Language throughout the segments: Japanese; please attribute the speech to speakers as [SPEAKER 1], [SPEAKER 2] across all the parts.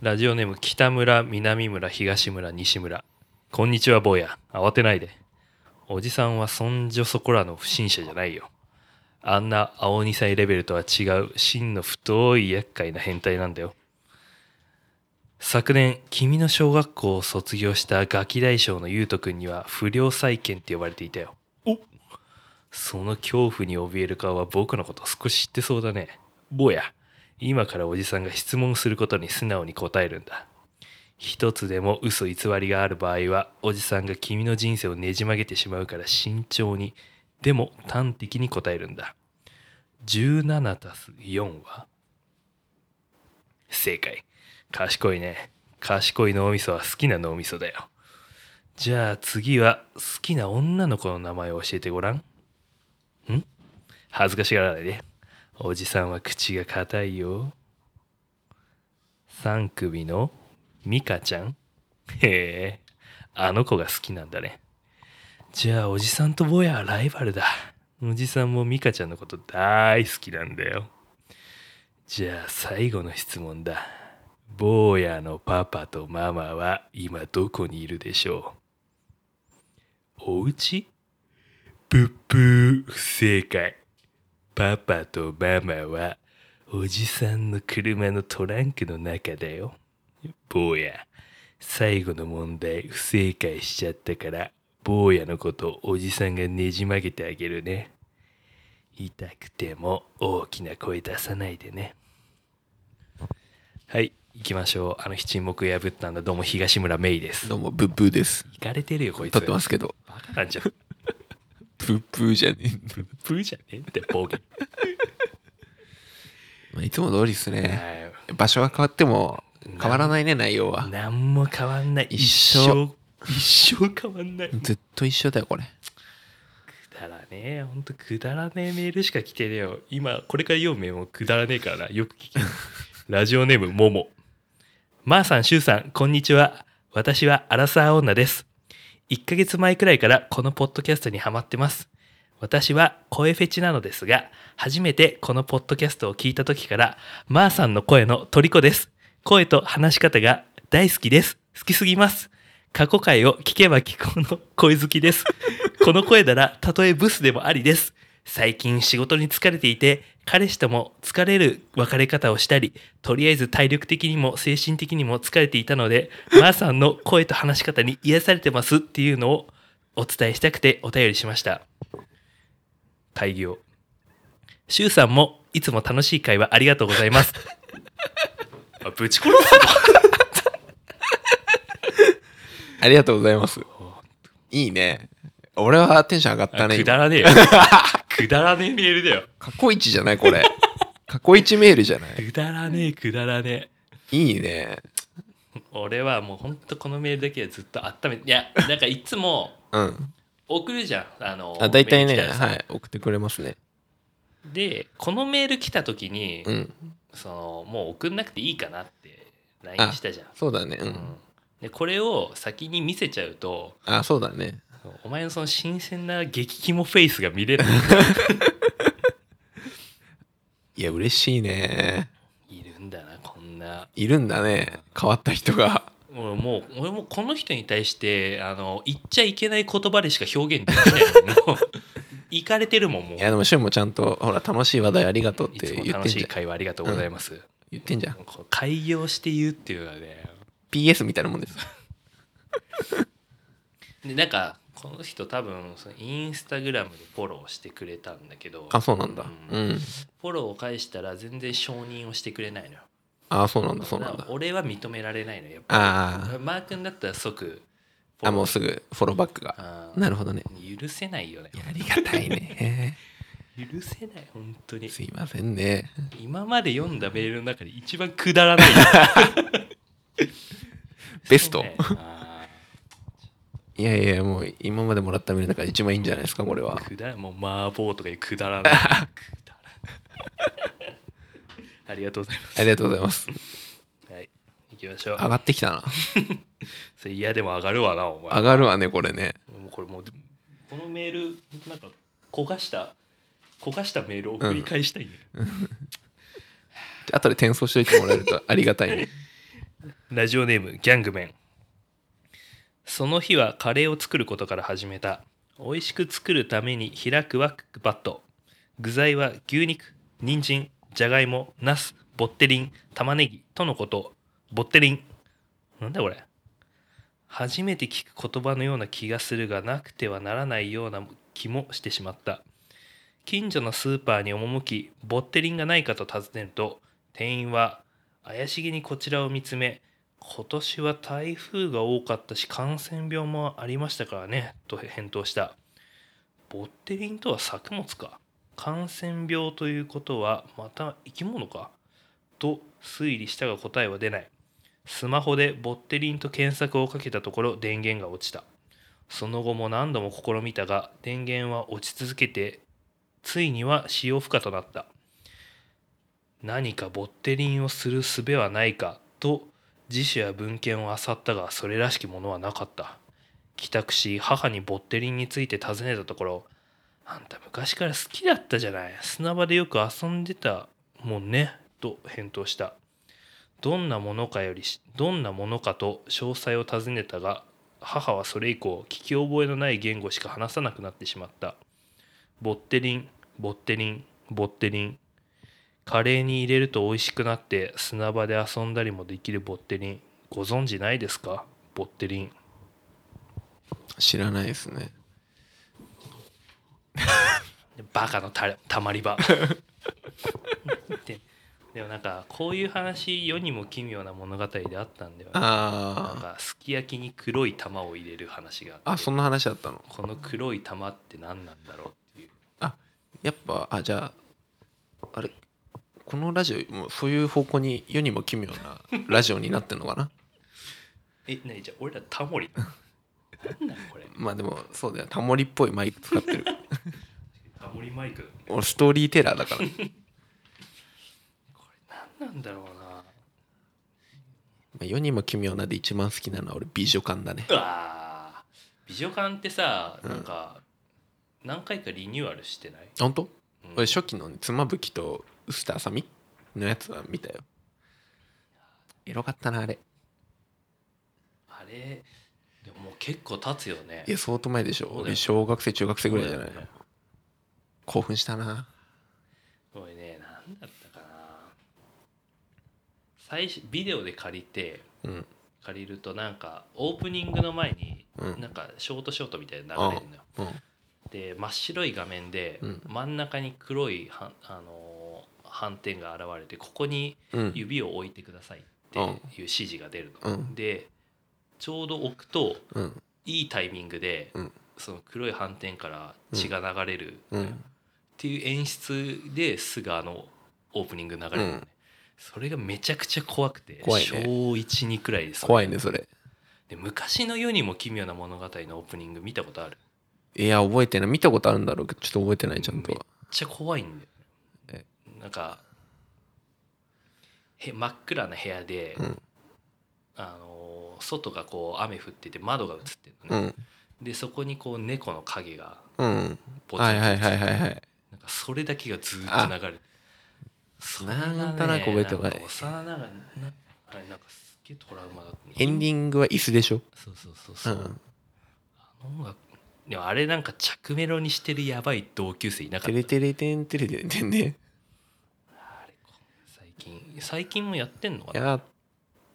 [SPEAKER 1] ラジオネーム北村南村東村西村こんにちは坊や慌てないでおじさんはそんじょそこらの不審者じゃないよあんな青二歳レベルとは違う真の太い厄介な変態なんだよ昨年君の小学校を卒業したガキ大将の優斗くんには不良債権って呼ばれていたよおその恐怖に怯える顔は僕のこと少し知ってそうだね坊や今からおじさんが質問することに素直に答えるんだ一つでも嘘偽りがある場合はおじさんが君の人生をねじ曲げてしまうから慎重にでも端的に答えるんだ17たす4は正解賢いね賢い脳みそは好きな脳みそだよじゃあ次は好きな女の子の名前を教えてごらんん恥ずかしがらないでおじさんは口が硬いよ三組のミカちゃんへえあの子が好きなんだねじゃあおじさんと坊やはライバルだおじさんもミカちゃんのこと大好きなんだよじゃあ最後の質問だ坊やのパパとママは今どこにいるでしょうお家ブッブー不正解パパとママはおじさんの車のトランクの中だよ。坊や、最後の問題不正解しちゃったから、坊やのことおじさんがねじ曲げてあげるね。痛くても大きな声出さないでね。はい、行きましょう。あの日沈黙破ったんだ。どうも東村芽衣です。
[SPEAKER 2] どうも、ブッブーです。
[SPEAKER 1] 行かれてるよ、こいつ。
[SPEAKER 2] 立ってますけど、
[SPEAKER 1] バカなんじゃん。
[SPEAKER 2] ブッブーじゃねえんだ
[SPEAKER 1] プーじゃねえって、暴言。
[SPEAKER 2] まあいつも通りですね。
[SPEAKER 1] はい
[SPEAKER 2] 場所は変わっても、変わらないね、内容は。
[SPEAKER 1] 何も変わんない
[SPEAKER 2] 一緒
[SPEAKER 1] 一生一生変わんない
[SPEAKER 2] ずっと一緒だよ、これ。
[SPEAKER 1] くだらねえほんとくだらねえメールしか来てねえよ今これから読むメールもくだらねえからなよく 聞けラジオネームももまー、さんしゅうさんこんにちは私はアラサー女です1ヶ月前くらいからこのポッドキャストにハマってます私は声フェチなのですが初めてこのポッドキャストを聞いた時からまー、さんの声の虜です声と話し方が大好きです好きすぎます過去回を聞けば聞くほど声好きですこの声ならたとえブスでもありです最近仕事に疲れていて彼氏とも疲れる別れ方をしたりとりあえず体力的にも精神的にも疲れていたのでまーさんの声と話し方に癒されてますっていうのをお伝えしたくてお便りしました開業しゅうさんもいつも楽しい会話ありがとうござい ますあぶち殺す
[SPEAKER 2] ありがとうございます。いいね。俺はテンション上がったね。
[SPEAKER 1] く
[SPEAKER 2] 今
[SPEAKER 1] だら ねえよくだらねえメールだよ
[SPEAKER 2] 過去一じゃない、こ れ。過去一メールじゃない。
[SPEAKER 1] くだらねえくだらねえ
[SPEAKER 2] いいね。
[SPEAKER 1] 俺はもうほんとこのメールだけはずっと温めていやなんかいつも
[SPEAKER 2] うん。
[SPEAKER 1] 送るじゃんあの
[SPEAKER 2] あ、大体
[SPEAKER 1] メ
[SPEAKER 2] ね、
[SPEAKER 1] ール来たらさ
[SPEAKER 2] はい、送ってくれますね。
[SPEAKER 1] でこのメール来た時に、
[SPEAKER 2] うん。
[SPEAKER 1] そのもう送んなくていいかなって LINE
[SPEAKER 2] あ
[SPEAKER 1] したじゃん、
[SPEAKER 2] そうだね。う
[SPEAKER 1] うん
[SPEAKER 2] ん。
[SPEAKER 1] でこれを先に見せちゃうと
[SPEAKER 2] あ、そうだね。
[SPEAKER 1] お前のその新鮮な激キモフェイスが見れる
[SPEAKER 2] いや、嬉しいね。
[SPEAKER 1] いるんだなこんない
[SPEAKER 2] るんだね。変わった人が。
[SPEAKER 1] 俺もう俺もこの人に対してあの言っちゃいけない言葉でしか表現できない もんもういかれてるもんもう
[SPEAKER 2] いや、でも、シュンもちゃんと、ほら、楽しい話題ありがとうっ
[SPEAKER 1] い
[SPEAKER 2] て
[SPEAKER 1] つも
[SPEAKER 2] 言って
[SPEAKER 1] 楽
[SPEAKER 2] ん
[SPEAKER 1] し
[SPEAKER 2] じ
[SPEAKER 1] い
[SPEAKER 2] ゃん。
[SPEAKER 1] 会話ありがとうございます、
[SPEAKER 2] 言ってんじゃん。
[SPEAKER 1] こう開業して言うっていうのはね
[SPEAKER 2] PS みたいなもんです。
[SPEAKER 1] でなんかこの人多分そのインスタグラムでフォローしてくれたんだけど
[SPEAKER 2] あ、そうなんだ。うん。
[SPEAKER 1] フォローを返したら全然承認をしてくれないのよ
[SPEAKER 2] あ、そうなんだ、そうな
[SPEAKER 1] だ
[SPEAKER 2] んだ
[SPEAKER 1] から。俺は認められないのよやっぱ
[SPEAKER 2] あ
[SPEAKER 1] マー君だったら即
[SPEAKER 2] あ、あ、もう
[SPEAKER 1] フ
[SPEAKER 2] すぐフォローバック
[SPEAKER 1] ォロ
[SPEAKER 2] が。
[SPEAKER 1] ーあー
[SPEAKER 2] なるほどね。
[SPEAKER 1] 許せないよね
[SPEAKER 2] いやありがたいね。
[SPEAKER 1] 許せない本当に
[SPEAKER 2] すいませんね。
[SPEAKER 1] 今まで読んだメールの中で一番くだらない
[SPEAKER 2] ベスト
[SPEAKER 1] そうねあー
[SPEAKER 2] いやいや、もう今までもらったメールの中で一番いいんじゃないですか、これは。
[SPEAKER 1] くだらもう麻婆とかいうくだらないくだらないありがとうございま
[SPEAKER 2] ありがとうございます。
[SPEAKER 1] すはい行きましょう
[SPEAKER 2] 上がってきたな。
[SPEAKER 1] それ嫌でも上がるわなお前
[SPEAKER 2] 上がるわね、これね。
[SPEAKER 1] もうこれもうこのメールなんか焦がした焦がしたメールを送り返したいね、
[SPEAKER 2] 後で転送しといてもらえるとありがたいね。
[SPEAKER 1] ラジオネームギャングメンその日はカレーを作ることから始めた美味しく作るために開くはクックパッド具材は牛肉人参じゃがいもナスボッテリン玉ねぎとのことボッテリンなんだこれ初めて聞く言葉のような気がするがなくてはならないような気もしてしまった近所のスーパーに赴きボッテリンがないかと尋ねると店員は怪しげにこちらを見つめ今年は台風が多かったし感染病もありましたからねと返答したボッテリンとは作物か感染病ということはまた生き物かと推理したが答えは出ないスマホでボッテリンと検索をかけたところ電源が落ちたその後も何度も試みたが電源は落ち続けてついには使用不可となった何かボッテリンをする術はないかと辞書や文献を漁ったがそれらしきものはなかった帰宅し母にボッテリンについて尋ねたところ「あんた昔から好きだったじゃない砂場でよく遊んでたもんね」と返答したどんなものかよりしどんなものかと詳細を尋ねたが母はそれ以降聞き覚えのない言語しか話さなくなってしまったボッテリンボッテリンボッテリンカレーに入れると美味しくなって砂場で遊んだりもできるボッテリンご存知ないですかボッテリン
[SPEAKER 2] 知らないですね。
[SPEAKER 1] バカのたたまり場 ででもなんかこういう話世にも奇妙な物語であったんだよねなん
[SPEAKER 2] あ
[SPEAKER 1] かすき焼きに黒い玉を入れる話があ
[SPEAKER 2] あ。
[SPEAKER 1] っ
[SPEAKER 2] あ、
[SPEAKER 1] て
[SPEAKER 2] そんな話だったの。
[SPEAKER 1] この黒い玉って何なんだろうっていう
[SPEAKER 2] やっぱ、あ、じゃあ、あれ、このラジオ、もうそういう方向に世にも奇妙なラジオになってんのかな
[SPEAKER 1] えなにじゃあ俺らタモリなんだこれ
[SPEAKER 2] まあでも、そうだよ。タモリっぽいマイク使っ てる。
[SPEAKER 1] タモリマイク
[SPEAKER 2] 俺、ストーリーテラーだから。
[SPEAKER 1] これ何なんだろうな
[SPEAKER 2] まあ世にも奇妙なで一番好きなのは俺、美女感だね
[SPEAKER 1] う。わー美女館ってさなんか、何回かリニューアルしてない、
[SPEAKER 2] ほんと
[SPEAKER 1] うん
[SPEAKER 2] 俺、初期のね妻夫木と臼田あさみのやつは見たよ。エロかったな、あれ。
[SPEAKER 1] あれでももう結構経つよね
[SPEAKER 2] いや、相当前でしょ。
[SPEAKER 1] そうだよ
[SPEAKER 2] 俺、小学生、中学生ぐらいじゃない
[SPEAKER 1] そうだよね
[SPEAKER 2] 興奮したな。
[SPEAKER 1] これね何だったかな最初ビデオで借りて
[SPEAKER 2] うん。
[SPEAKER 1] 借りるとなんかオープニングの前に
[SPEAKER 2] うん
[SPEAKER 1] なんかショートショートみたいなの流れるのよ
[SPEAKER 2] うん。
[SPEAKER 1] で真っ白い画面で
[SPEAKER 2] うん
[SPEAKER 1] 真ん中に黒いはあのー斑点が現れてここに
[SPEAKER 2] うん。
[SPEAKER 1] 指を置いてくださいっていう指示が出るの、
[SPEAKER 2] うん
[SPEAKER 1] でちょうど置くと
[SPEAKER 2] うん。
[SPEAKER 1] いいタイミングで、
[SPEAKER 2] うん
[SPEAKER 1] その黒い斑点から血が流れる、
[SPEAKER 2] う
[SPEAKER 1] っ
[SPEAKER 2] ん。
[SPEAKER 1] ていう演出ですがあのオープニング流れるのね、
[SPEAKER 2] うん
[SPEAKER 1] それがめちゃくちゃ怖くて
[SPEAKER 2] 怖いね
[SPEAKER 1] 小12くらいです
[SPEAKER 2] 怖いね、それ。
[SPEAKER 1] で昔の世にも奇妙な物語のオープニング見たことある
[SPEAKER 2] いや、覚えてない。見たことあるんだろうけど、ちょっと覚えてない、ちゃんとは。
[SPEAKER 1] めっちゃ怖いんだよなんかへ真っ暗な部屋で、
[SPEAKER 2] うん
[SPEAKER 1] あのー外がこう雨降ってて窓が映ってる
[SPEAKER 2] う
[SPEAKER 1] のね、
[SPEAKER 2] ん。
[SPEAKER 1] でそこにこう猫の影が
[SPEAKER 2] うん。
[SPEAKER 1] ポツン
[SPEAKER 2] は
[SPEAKER 1] と
[SPEAKER 2] いはいはいはいはい。
[SPEAKER 1] なんかそれだけがずーっと流れるそれがね
[SPEAKER 2] なんとなく覚えてない
[SPEAKER 1] んか幼ながらなあれなんかすっげえトラウマだった
[SPEAKER 2] エンディングは椅子でしょ。
[SPEAKER 1] そうそうそう
[SPEAKER 2] う
[SPEAKER 1] そう、
[SPEAKER 2] ん。
[SPEAKER 1] あの音楽でもあれなんか着メロにしてるやばい同級生いなか
[SPEAKER 2] テ
[SPEAKER 1] っ
[SPEAKER 2] レ
[SPEAKER 1] た
[SPEAKER 2] テレテンテレテレテンね。
[SPEAKER 1] あれ最近最近もやってんのか
[SPEAKER 2] い
[SPEAKER 1] な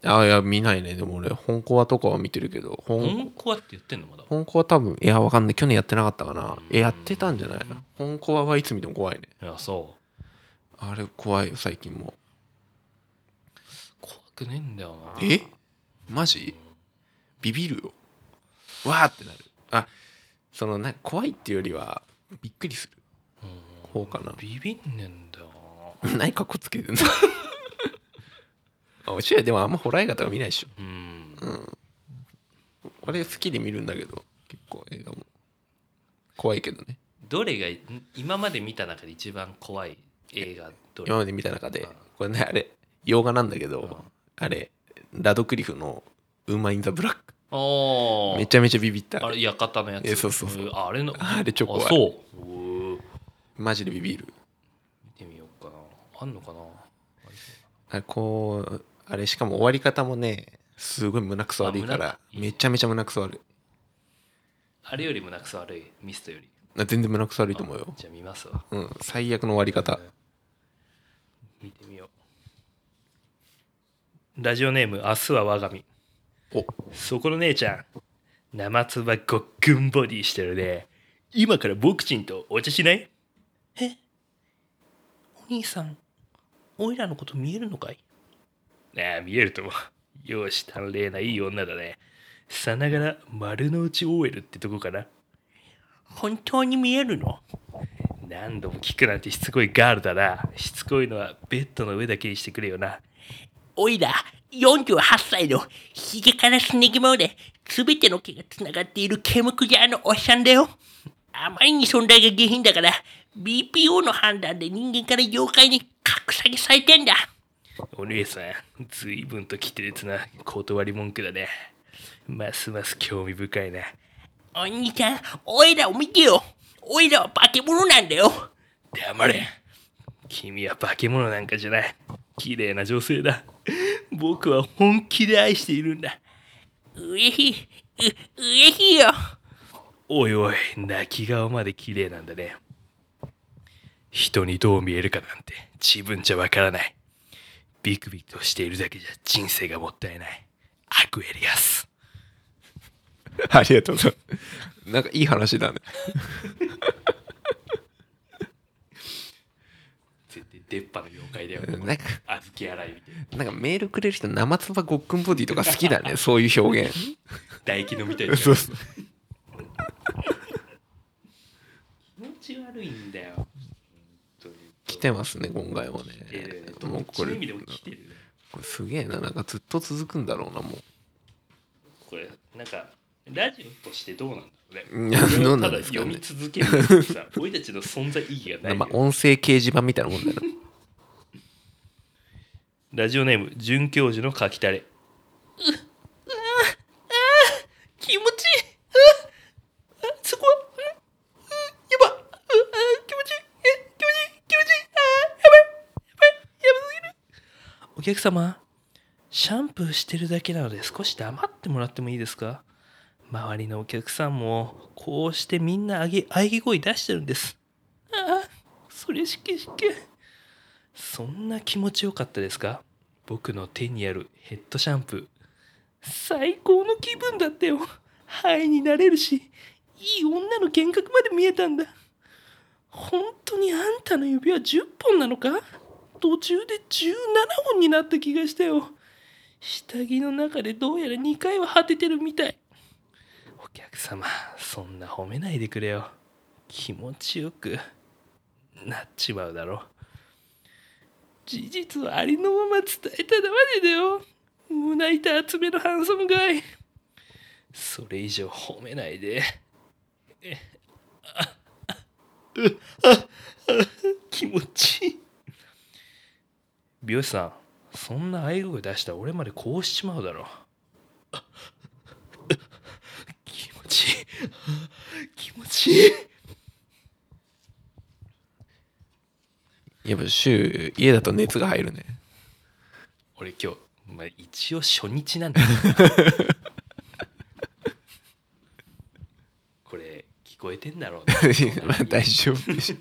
[SPEAKER 2] や、あ、いや、見ないね。でも俺、本コアとかは見てるけど、
[SPEAKER 1] 本
[SPEAKER 2] 本、
[SPEAKER 1] コアって言ってんのまだ
[SPEAKER 2] 本コア多分、いや、わかんない。去年やってなかったか
[SPEAKER 1] う
[SPEAKER 2] な。
[SPEAKER 1] ん
[SPEAKER 2] え、やってたんじゃない本コアはいつ見ても怖いね。
[SPEAKER 1] いやそう
[SPEAKER 2] あれ、怖いよ、最近も。
[SPEAKER 1] 怖くねえんだよな
[SPEAKER 2] えマジビビるよ。わーってなる。あ、その、な怖いっていうよりは、びっくりする。
[SPEAKER 1] うん
[SPEAKER 2] こうかな。
[SPEAKER 1] ビビんねんだよな
[SPEAKER 2] 何かっこつけてんだ。あ、おしらでもあんまホラー映画とか見ないでしょ。
[SPEAKER 1] うん
[SPEAKER 2] 俺好きで見るんだけど、結構映画も。怖いけどね。
[SPEAKER 1] どれが今まで見た中で一番怖い映画どれ
[SPEAKER 2] 今まで見た中で
[SPEAKER 1] うん、
[SPEAKER 2] これね、あれ、洋画なんだけ
[SPEAKER 1] うん
[SPEAKER 2] ど、あれ、ラドクリフのウーマン・イン・ザ・ブラック。
[SPEAKER 1] ああ
[SPEAKER 2] めちゃめちゃビビった。
[SPEAKER 1] あれ館のやつ
[SPEAKER 2] えそうそうそうん
[SPEAKER 1] あれの
[SPEAKER 2] あれ超怖い
[SPEAKER 1] あそううー
[SPEAKER 2] マジでビビる。
[SPEAKER 1] 見てみようかなあんのかな
[SPEAKER 2] あれこうあれしかも終わり方もねすごい胸くそ悪いか
[SPEAKER 1] あ
[SPEAKER 2] ら
[SPEAKER 1] 胸
[SPEAKER 2] めちゃめちゃ胸くそ悪い
[SPEAKER 1] あれよりもなくそ悪いミストより
[SPEAKER 2] あ全然胸くそ悪いと思うよ
[SPEAKER 1] じゃあ見ますわ
[SPEAKER 2] うん最悪の終わり方
[SPEAKER 1] 見てみようラジオネーム明日は我が身
[SPEAKER 2] お
[SPEAKER 1] そこの姉ちゃん生つばごっくんボディしてるね今からボクチンとお茶しないえお兄さんおいらのこと見えるのかいああ見えると思う容姿端麗ないい女だねさながら丸の内 OL ってとこかな本当に見えるの何度も聞くなんてしつこいガールだなしつこいのはベッドの上だけにしてくれよなおいら48歳のひげからすね毛まで全ての毛がつながっている毛むくじゃのおっさんだよ。あまりに存在が下品だから BPO の判断で人間から業界に格下げされてんだ。お姉さん、ずいぶんと奇烈な断り文句だね。ますます興味深いな。お兄ちゃん、おいらを見てよ。おいらは化け物なんだよ。黙れ。君は化け物なんかじゃない綺麗な女性だ僕は本気で愛しているんだ嬉しいう嬉しいよおいおい泣き顔まで綺麗なんだね人にどう見えるかなんて自分じゃわからないビクビクとしているだけじゃ人生がもったいないアクエリアス
[SPEAKER 2] ありがとうございますなんかいい話だね
[SPEAKER 1] 絶対出っ歯の妖怪だよ
[SPEAKER 2] なんか
[SPEAKER 1] 小豆洗いみたいな
[SPEAKER 2] なんかメールくれる人生つばごっくんボディとか好 きだねそういう表現
[SPEAKER 1] 唾液飲みたい
[SPEAKER 2] そうそう
[SPEAKER 1] 気持ち悪いんだよ。
[SPEAKER 2] 来てますね今回もね
[SPEAKER 1] えー、
[SPEAKER 2] もうこ
[SPEAKER 1] どっちの
[SPEAKER 2] れ
[SPEAKER 1] 意味でも来てるね。
[SPEAKER 2] これすげえななんかずっと続くんだろうなも
[SPEAKER 1] これ、なんか、ラジオとしてどうなんだろうね。
[SPEAKER 2] ういやどうなん
[SPEAKER 1] ただ
[SPEAKER 2] ですか
[SPEAKER 1] 読み
[SPEAKER 2] ね
[SPEAKER 1] 続けるっていうさ、俺たちの存在意義がない
[SPEAKER 2] まあ
[SPEAKER 1] よ。
[SPEAKER 2] 音声掲示板みたいなもんだよな
[SPEAKER 1] ラジオネーム、准教授の書きたれ。気持ちいい。ああそこは、うん、うん、やば。うあ気持ちいい。え気持ちいい。気持ちいい。あやばい。やばい。やばすぎる。お客様、シャンプーしてるだけなので少し黙ってもらってもいいですか周りのお客さんもこうしてみんなあげ喘ぎ声出してるんです。ああ、それしけしけ。そんな気持ちよかったですか僕の手にあるヘッドシャンプー。最高の気分だったよ。肺になれるし、いい女の幻覚まで見えたんだ。本当にあんたの指は10本なのか途中で17本になった気がしたよ。下着の中でどうやら2回は果ててるみたい。お客様、そんな褒めないでくれよ。気持ちよくなっちまうだろ。事実をありのまま伝えただまでだよ。胸板厚めのハンサムガイ。それ以上褒めないで。えああうああ気持ちいい。美容師さんそんな愛声出したら俺までこうしちまうだろあ気持ちいいあ気持ちいい
[SPEAKER 2] やっぱ週家だと熱が入るね
[SPEAKER 1] 俺今日、まあ、一応初日なんだ これ聞こえてんだろう
[SPEAKER 2] まあ大丈夫でしょ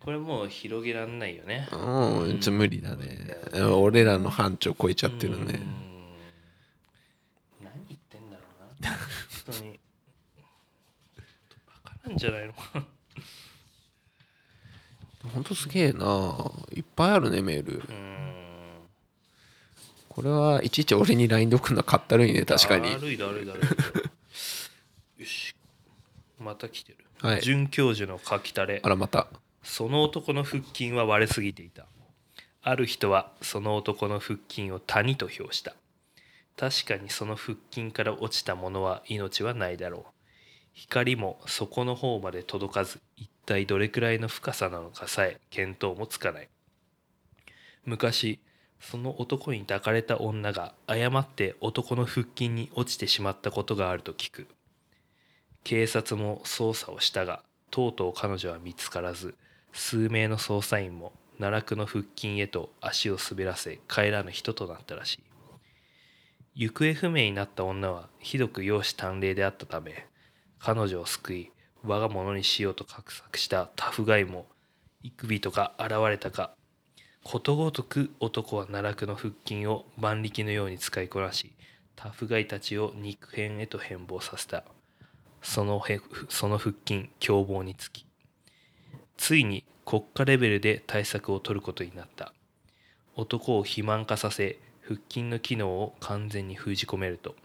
[SPEAKER 1] これもう広げらんないよね
[SPEAKER 2] うんちょっと無理だね俺らの範疇超えちゃってるね
[SPEAKER 1] うん何言ってんだろうな本当にバカなんじゃないのかな
[SPEAKER 2] ほんとすげえないっぱいあるねメール
[SPEAKER 1] うん
[SPEAKER 2] これはいちいち俺に LINE で送るのかったるいね確かに
[SPEAKER 1] だるいだるいだるいよしまた来てる、
[SPEAKER 2] はい
[SPEAKER 1] 准教授の書きたれ
[SPEAKER 2] あらまた
[SPEAKER 1] その男の腹筋は割れすぎていたある人はその男の腹筋を谷と評した確かにその腹筋から落ちたものは命はないだろう光も底の方まで届かず一体どれくらいの深さなのかさえ見当もつかない昔その男に抱かれた女が誤って男の腹筋に落ちてしまったことがあると聞く警察も捜査をしたがとうとう彼女は見つからず数名の捜査員も奈落の腹筋へと足を滑らせ帰らぬ人となったらしい行方不明になった女はひどく容姿端麗であったため彼女を救い我が物にしようと画策したタフガイも幾びとか現れたかことごとく男は奈落の腹筋を万力のように使いこなしタフガイたちを肉片へと変貌させたそのへその腹筋凶暴につきついに国家レベルで対策を取ることになった男を肥満化させ腹筋の機能を完全に封じ込めると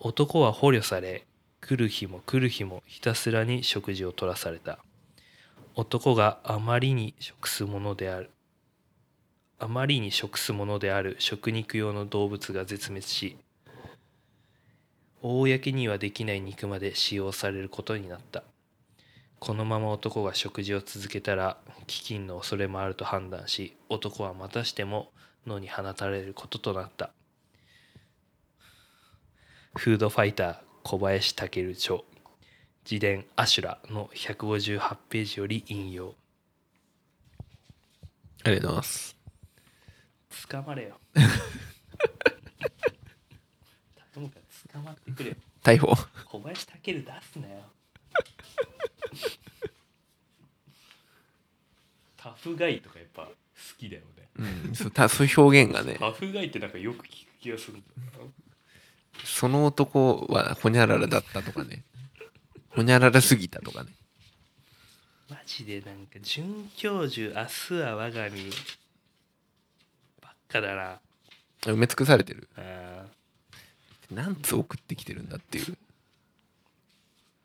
[SPEAKER 1] 男は捕虜され来る日も来る日もひたすらに食事を取らされた男があまりに食すものであるあまりに食すものである食肉用の動物が絶滅し公にはできない肉まで使用されることになったこのまま男が食事を続けたら飢饉の恐れもあると判断し男はまたしても野に放たれることとなったフードファイター小林武著自伝「アシュラ」の158ページより引用
[SPEAKER 2] ありがとうございます
[SPEAKER 1] 捕まれ よ頼むから捕まってくれよ
[SPEAKER 2] 逮捕
[SPEAKER 1] 小林武出すなよタフガイとかやっぱ好きだよね
[SPEAKER 2] うんそうた そういう表現がね
[SPEAKER 1] タフガイってなんかよく聞く気がするんだよ
[SPEAKER 2] その男はほにゃららだったとかねほにゃららすぎたとかね
[SPEAKER 1] マジでなんか准教授明日は我が身ばっかだな
[SPEAKER 2] 埋め尽くされてる
[SPEAKER 1] あー
[SPEAKER 2] 何通送ってきてるんだっていう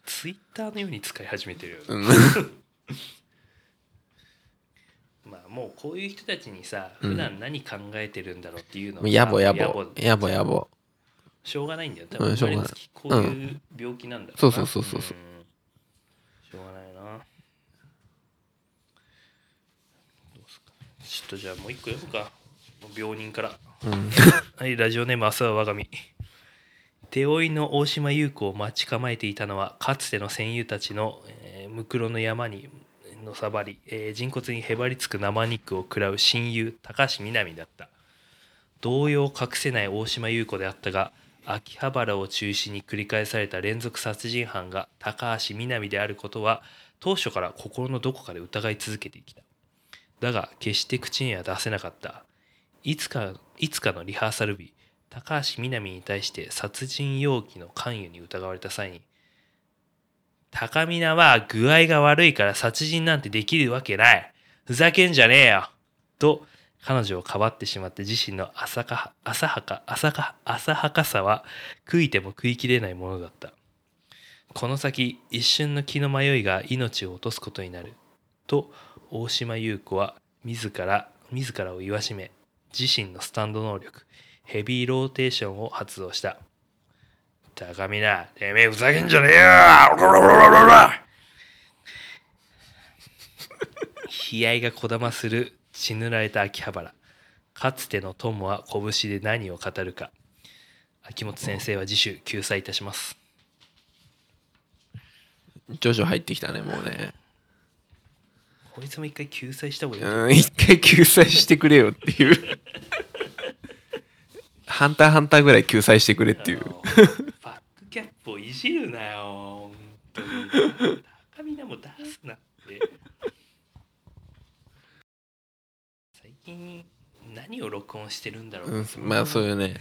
[SPEAKER 1] ツイッターのように使い始めてるよね、
[SPEAKER 2] うん
[SPEAKER 1] まあもうこういう人たちにさ普段何考えてるんだろうっていうの
[SPEAKER 2] もう やぼや
[SPEAKER 1] や
[SPEAKER 2] ぼ
[SPEAKER 1] ぼ
[SPEAKER 2] やぼやぼ
[SPEAKER 1] しょうがないんだよ多
[SPEAKER 2] う
[SPEAKER 1] 分
[SPEAKER 2] んしょうがない
[SPEAKER 1] 生まれつきこういう病気なんだろ
[SPEAKER 2] そうそうそうそうそうん
[SPEAKER 1] しょうがないなどうすかちょっとじゃあもう一個読むか病人から
[SPEAKER 2] うん
[SPEAKER 1] はい、ラジオネーム、朝は我が身。手負いの大島優子を待ち構えていたのは、かつての戦友たちの、えームクロの山にのさばり、えー人骨にへばりつく生肉を食らう親友、高橋みなみだった。動揺を隠せない大島優子であったが、秋葉原を中心に繰り返された連続殺人犯が高橋みなみであることは、当初から心のどこかで疑い続けてきた。だが、決して口には出せなかった。いつかいつかのリハーサル日高橋みなみに対して殺人容疑の関与に疑われた際に高見なは具合が悪いから殺人なんてできるわけないふざけんじゃねえよと彼女をかばってしまって自身の浅か浅はか浅か浅はかさは食いても食いきれないものだったこの先一瞬の気の迷いが命を落とすことになると大島優子は自ら自らを戒め自身のスタンド能力ヘビーローテーションを発動した高見なてめえふざけんじゃねえよオロロロロロロ悲哀がこだまする血塗られた秋葉原かつての友は拳で何を語るか秋元先生は自主救済いたします
[SPEAKER 2] 徐々入ってきたねもうね
[SPEAKER 1] こいつも一回救済した方がいい、
[SPEAKER 2] うん一回救済してくれよっていう ハンターハンターぐらい救済してくれっていう
[SPEAKER 1] バックキャップをいじるなよ本当に高みなも出すなって最近何を録音してるんだろう、
[SPEAKER 2] うん、まあそういうね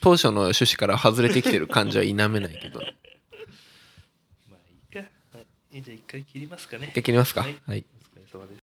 [SPEAKER 2] 当初の趣旨から外れてきてる感じは否めないけど
[SPEAKER 1] まあいいか、はい、じゃあ一回切りますかね
[SPEAKER 2] できますか
[SPEAKER 1] はい
[SPEAKER 2] はい
[SPEAKER 1] お疲れ様です